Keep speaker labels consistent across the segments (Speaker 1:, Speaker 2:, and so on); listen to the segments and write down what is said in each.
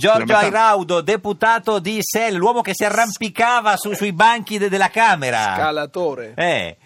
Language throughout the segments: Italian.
Speaker 1: Giorgio
Speaker 2: La metà-
Speaker 1: Airaudo, deputato di SEL, l'uomo che si arrampicava su- sui banchi de- della Camera.
Speaker 3: Calatore.
Speaker 1: Eh.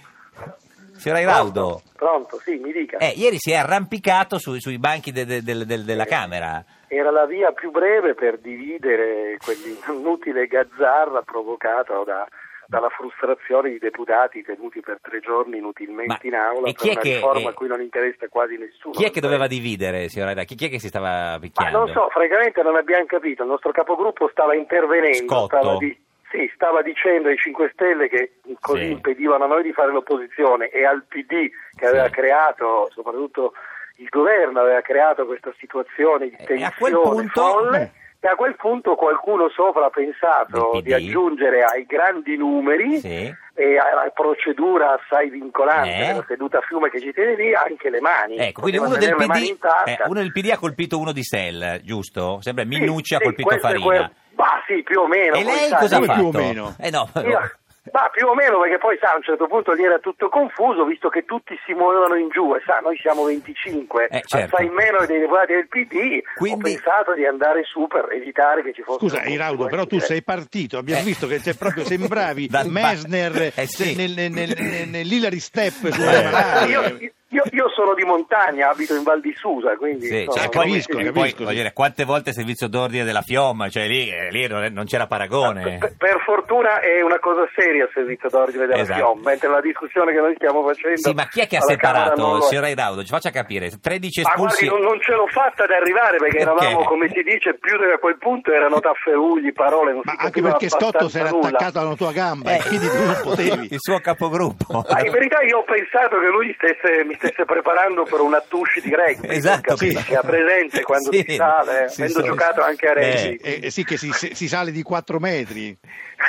Speaker 1: Signor Airaudo,
Speaker 4: Pronto, sì, mi dica.
Speaker 1: eh, ieri si è arrampicato su- sui banchi de- de- del- del- della Camera.
Speaker 4: Era la via più breve per dividere quell'inutile gazzarra provocata da- dalla frustrazione di deputati tenuti per tre giorni inutilmente
Speaker 1: Ma-
Speaker 4: in aula
Speaker 1: e
Speaker 4: per
Speaker 1: chi è
Speaker 4: una
Speaker 1: che-
Speaker 4: riforma
Speaker 1: eh,
Speaker 4: a cui non interessa quasi nessuno.
Speaker 1: Chi è che
Speaker 4: Non
Speaker 1: doveva dividere, signor Airaudo? Chi, chi è che si stava
Speaker 4: Ma
Speaker 1: picchiando?
Speaker 4: non so, francamente non abbiamo capito. Il nostro capogruppo stava intervenendo,
Speaker 1: Scotto.
Speaker 4: stava, di- sì, stava dicendo ai 5 Stelle che così
Speaker 1: Sì.
Speaker 4: impedivano a noi di fare l'opposizione e al PD che aveva
Speaker 1: Sì.
Speaker 4: creato, soprattutto il governo aveva creato questa situazione di
Speaker 1: E Eh, a
Speaker 4: tensione
Speaker 1: quel punto- Mm.
Speaker 4: folle. E a quel punto qualcuno sopra ha pensato
Speaker 1: Del PD.
Speaker 4: di aggiungere ai grandi numeri
Speaker 1: Sì.
Speaker 4: e alla procedura assai vincolante
Speaker 1: Eh.
Speaker 4: della seduta a fiume che ci tiene lì anche le mani.
Speaker 1: Ecco, quindi
Speaker 4: Poteva
Speaker 1: uno del,
Speaker 4: tenere le mani
Speaker 1: PD,
Speaker 4: in tasca.
Speaker 1: eh, uno del PD ha colpito uno di SEL, giusto? Sembra
Speaker 4: Sì,
Speaker 1: Minucci ha
Speaker 4: sì,
Speaker 1: colpito
Speaker 4: questo è
Speaker 1: Farina.
Speaker 4: quel- Ma sì, più o meno.
Speaker 1: E
Speaker 4: poi
Speaker 1: lei
Speaker 4: sai,
Speaker 1: cosa ha
Speaker 4: io-
Speaker 1: fatto?
Speaker 2: più o meno.
Speaker 1: Eh no, però-
Speaker 4: io- Ma più o meno perché poi sa, a un certo punto lì era tutto confuso visto che tutti si muovevano in giù e sa, noi siamo 25,
Speaker 1: Eh, certo.
Speaker 4: assai meno dei deputati del PD,
Speaker 1: Quindi-
Speaker 4: ho pensato di andare su per evitare che ci fosse...
Speaker 2: Scusa, Iraudo, però tu sei partito, abbiamo
Speaker 1: Eh.
Speaker 2: visto che sei proprio sembravi
Speaker 1: Dal ba-
Speaker 2: Mesner
Speaker 1: Eh, sì.
Speaker 2: nel- nel- nel- nell'Hillary Step sulla
Speaker 1: Eh.
Speaker 2: Malare.
Speaker 4: io, io- io sono di montagna, abito in Val di Susa, quindi...
Speaker 1: Sì,
Speaker 4: insomma,
Speaker 1: cioè,
Speaker 2: no,
Speaker 1: poi,
Speaker 2: capisco,
Speaker 1: poi,
Speaker 2: capisco,
Speaker 1: voglio
Speaker 2: sì.
Speaker 1: dire, quante volte il servizio d'ordine della Fiomma, cioè lì, eh, lì non, è- non c'era paragone.
Speaker 4: Ah, Per, per fortuna è una cosa seria il servizio d'ordine della
Speaker 1: Esatto.
Speaker 4: FIOM, mentre la discussione che noi stiamo facendo...
Speaker 1: Sì, ma chi è che ha
Speaker 4: alla Camera non
Speaker 1: separato,
Speaker 4: lo è.
Speaker 1: signor Airaudo? Ci faccia capire, 13
Speaker 4: Ma guardi,
Speaker 1: espulsi...
Speaker 4: non, non ce l'ho fatta ad arrivare perché eravamo,
Speaker 1: Perché?
Speaker 4: come si dice, più che a quel punto erano tafferugli, parole, non
Speaker 2: Ma
Speaker 4: si
Speaker 2: anche
Speaker 4: capiva
Speaker 2: perché Scotto si
Speaker 4: abbastanza
Speaker 2: era
Speaker 4: nulla.
Speaker 2: attaccato alla tua gamba
Speaker 1: Eh,
Speaker 2: e quindi tu non potevi.
Speaker 1: Il suo capogruppo.
Speaker 4: Ma in verità io ho pensato che lui stesse, mi stesse preparando per una touche di rugby,
Speaker 1: Esatto,
Speaker 4: capisci?
Speaker 1: sì.
Speaker 4: che ha presente quando
Speaker 1: Sì,
Speaker 4: si sale,
Speaker 1: sì,
Speaker 4: avendo
Speaker 1: sì.
Speaker 4: giocato anche a rugby.
Speaker 2: Eh, eh, sì, che si, si- si sale di 4 metri.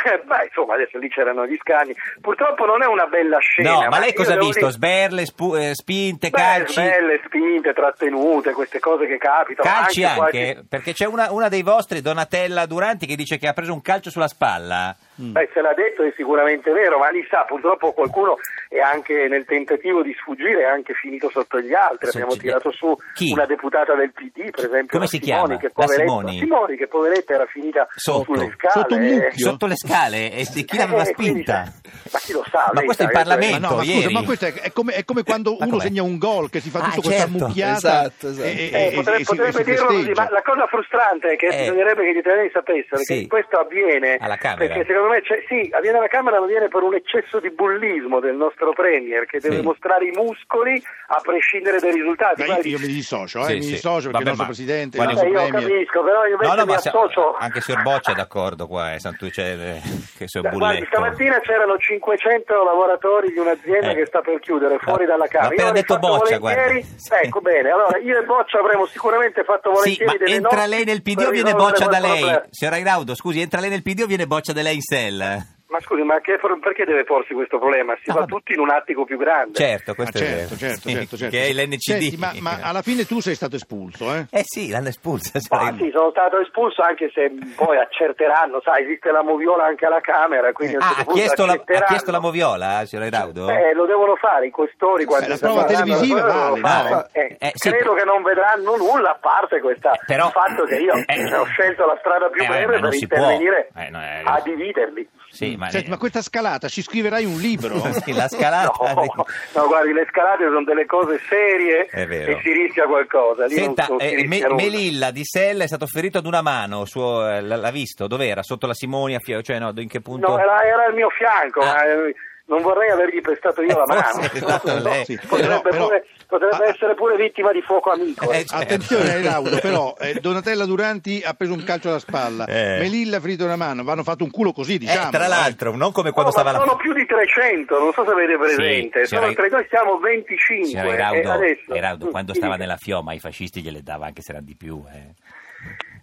Speaker 4: Eh, Ma insomma, adesso lì c'erano gli scagni. Purtroppo non è una bella scena.
Speaker 1: No, ma lei
Speaker 4: io
Speaker 1: cosa ha
Speaker 4: devo
Speaker 1: visto?
Speaker 4: dire-
Speaker 1: Sberle, spu- eh, spinte,
Speaker 4: Beh,
Speaker 1: calci?
Speaker 4: belle spinte, trattenute, queste cose che capitano.
Speaker 1: Calci anche,
Speaker 4: qualche-
Speaker 1: perché c'è una, una dei vostri, Donatella Duranti, che dice che ha preso un calcio sulla spalla.
Speaker 4: Beh, se l'ha detto è sicuramente vero, ma lì sa, purtroppo qualcuno è anche nel tentativo di sfuggire, è anche finito sotto gli altri.
Speaker 1: Sì,
Speaker 4: Abbiamo
Speaker 1: sì.
Speaker 4: tirato su
Speaker 1: Chi?
Speaker 4: una deputata del PD, per esempio,
Speaker 1: Come
Speaker 4: la
Speaker 1: si
Speaker 4: Simoni,
Speaker 1: chiama?
Speaker 4: che
Speaker 1: La
Speaker 4: poveretta,
Speaker 1: Simoni?
Speaker 4: Simoni, che poveretta era finita
Speaker 1: Sotto.
Speaker 4: sulle scale.
Speaker 2: Sotto un mucchio. Io?
Speaker 1: Sotto le scale? E di chi
Speaker 4: Eh,
Speaker 1: l'aveva
Speaker 4: quindi,
Speaker 1: spinta?
Speaker 4: ma chi lo sa,
Speaker 1: Ma
Speaker 4: lei
Speaker 1: questo è
Speaker 4: sa
Speaker 1: il
Speaker 4: che-
Speaker 2: Ma
Speaker 1: Parlamento,
Speaker 2: no, ma scusa,
Speaker 1: ieri.
Speaker 2: ma questo è, è come, è come quando
Speaker 1: Ma
Speaker 2: uno
Speaker 1: com'è?
Speaker 2: segna un gol che si fa
Speaker 1: Ah,
Speaker 2: tutto
Speaker 1: certo.
Speaker 2: con questa mucchiata.
Speaker 3: Esatto, esatto.
Speaker 2: e- e-
Speaker 4: Eh,
Speaker 2: e-
Speaker 4: potrebbe
Speaker 2: e si-
Speaker 4: potrebbe
Speaker 2: e si
Speaker 4: dirlo così,
Speaker 2: festeggia.
Speaker 4: ma la cosa frustrante è che
Speaker 1: Eh.
Speaker 4: bisognerebbe che gli italiani sapessero
Speaker 1: Sì.
Speaker 4: che questo avviene
Speaker 1: Alla Camera.
Speaker 4: perché secondo me c'è- sì, avviene alla Camera ma avviene per un eccesso di bullismo del nostro Premier che deve
Speaker 1: Sì.
Speaker 4: mostrare i muscoli a prescindere dai risultati.
Speaker 2: Beh,
Speaker 4: Guardi,
Speaker 2: io, io mi dissocio, eh,
Speaker 1: Sì,
Speaker 2: mi
Speaker 1: sì.
Speaker 2: dissocio perché
Speaker 1: Vabbè,
Speaker 2: il nostro
Speaker 1: ma-
Speaker 2: presidente, il
Speaker 1: guarda,
Speaker 4: eh,
Speaker 2: nostro
Speaker 4: io
Speaker 2: premier.
Speaker 4: capisco, però io invece mi
Speaker 1: se-
Speaker 4: associo.
Speaker 1: anche il signor Boccia è d'accordo qua, eh, Santucce, eh, che signor
Speaker 4: Guardi,
Speaker 1: Bulletto.
Speaker 4: stamattina c'erano 500 lavoratori di un'azienda
Speaker 1: Eh.
Speaker 4: che sta per chiudere fuori
Speaker 1: No,
Speaker 4: dalla
Speaker 1: l'ha
Speaker 4: Camera.
Speaker 1: appena
Speaker 4: Io avrei
Speaker 1: detto
Speaker 4: fatto
Speaker 1: Boccia,
Speaker 4: volentieri-
Speaker 1: guarda. Sì.
Speaker 4: Ecco bene, allora io e Boccia avremmo sicuramente fatto
Speaker 1: Sì,
Speaker 4: volentieri
Speaker 1: ma
Speaker 4: delle
Speaker 1: entra
Speaker 4: notti
Speaker 1: lei nel PD
Speaker 4: per
Speaker 1: o viene
Speaker 4: risolvere
Speaker 1: Boccia da
Speaker 4: quel
Speaker 1: lei?
Speaker 4: problema.
Speaker 1: Signor Airaudo, scusi, entra lei nel PD o viene Boccia da lei in sell?
Speaker 4: Ma scusi, ma che- perché deve porsi questo problema? Si
Speaker 1: No,
Speaker 4: va
Speaker 1: Ah, vabbè.
Speaker 4: tutti in un attico più grande.
Speaker 1: Certo,
Speaker 2: Ah,
Speaker 1: questo è
Speaker 2: certo,
Speaker 1: vero.
Speaker 2: certo,
Speaker 1: Sì,
Speaker 2: certo, certo.
Speaker 1: Che è l'NCD.
Speaker 2: Senti, ma, ma alla fine tu sei stato espulso, eh?
Speaker 1: Eh sì, l'hanno espulsa.
Speaker 4: Ma
Speaker 1: signor
Speaker 4: Ah, sì,
Speaker 1: Airaudo.
Speaker 4: sono stato espulso anche se poi accerteranno, sai, esiste la moviola anche alla Camera, quindi a un
Speaker 1: Ah,
Speaker 4: certo
Speaker 1: ha
Speaker 4: punto
Speaker 1: chiesto, la, ha
Speaker 4: accerteranno.
Speaker 1: chiesto la moviola, signor Airaudo?
Speaker 4: Eh, lo devono fare i questori quando
Speaker 2: Beh, la
Speaker 4: si
Speaker 2: prova
Speaker 4: faranno,
Speaker 2: televisiva
Speaker 4: lo
Speaker 2: vale,
Speaker 4: devono fare.
Speaker 2: no?
Speaker 4: Eh,
Speaker 1: Eh, sì.
Speaker 4: Credo che non vedranno nulla a parte questa,
Speaker 1: Eh, però-
Speaker 4: il fatto che io
Speaker 1: Eh.
Speaker 4: ho scelto la strada più
Speaker 1: Eh, vabbè,
Speaker 4: breve
Speaker 1: ma non
Speaker 4: per
Speaker 1: si può.
Speaker 4: intervenire
Speaker 1: Eh, no, eh,
Speaker 4: a dividerli.
Speaker 1: Sì, ma...
Speaker 2: Senti, ma questa scalata ci scriverai un libro?
Speaker 1: Sì, certo. la scalata...
Speaker 4: No, no, guardi, le scalate sono delle cose serie
Speaker 1: È vero.
Speaker 4: e si rischia qualcosa. Lì non-
Speaker 1: Senta,
Speaker 4: non si
Speaker 1: eh, Me-
Speaker 4: rischia nulla.
Speaker 1: Melilla di Sella è stato ferito ad una mano, suo, eh, l- l'ha visto? Dov'era? Sotto la Simoni? a Fio- Cioè, no, in che punto?
Speaker 4: No, era, era al mio fianco,
Speaker 1: Ah.
Speaker 4: ma eh, non vorrei avergli prestato io
Speaker 1: Eh,
Speaker 4: la mano.
Speaker 1: forse è stato lei.
Speaker 2: Sì, però-
Speaker 4: Potrebbe,
Speaker 2: però-
Speaker 4: pure- potrebbe
Speaker 2: ah,
Speaker 4: essere pure vittima di fuoco amico.
Speaker 1: Eh,
Speaker 4: eh.
Speaker 1: certo.
Speaker 2: Attenzione Airaudo, però eh, Donatella Duranti ha preso un calcio alla spalla,
Speaker 1: Eh.
Speaker 2: Melilla ha ferito una mano, vanno fatto un culo così,
Speaker 1: Eh,
Speaker 2: diciamo.
Speaker 1: tra l'altro, non come
Speaker 4: No,
Speaker 1: quando
Speaker 4: ma
Speaker 1: stava la...
Speaker 4: sono più di 300, non so se avete presente.
Speaker 1: signora-
Speaker 4: sono tre, noi siamo 25.
Speaker 1: Signor
Speaker 4: e
Speaker 1: Eraudo,
Speaker 4: eh, adesso,
Speaker 1: Eraudo,
Speaker 4: Mm,
Speaker 1: quando
Speaker 4: sì,
Speaker 1: stava
Speaker 4: dica.
Speaker 1: nella fioma ai fascisti gliele dava anche se erano di più. Eh.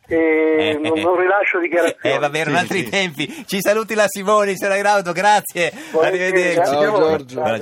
Speaker 4: Eh, non, non rilascio dichiarazioni.
Speaker 1: Eh, vabbè, erano
Speaker 2: Sì,
Speaker 1: altri
Speaker 2: sì.
Speaker 1: tempi. Ci saluti la Simoni, signor Eraudo, grazie.
Speaker 4: Volentieri,
Speaker 1: Arrivederci.
Speaker 4: grazie a voi.
Speaker 3: Ciao, Giorgio.
Speaker 1: Buona giornata.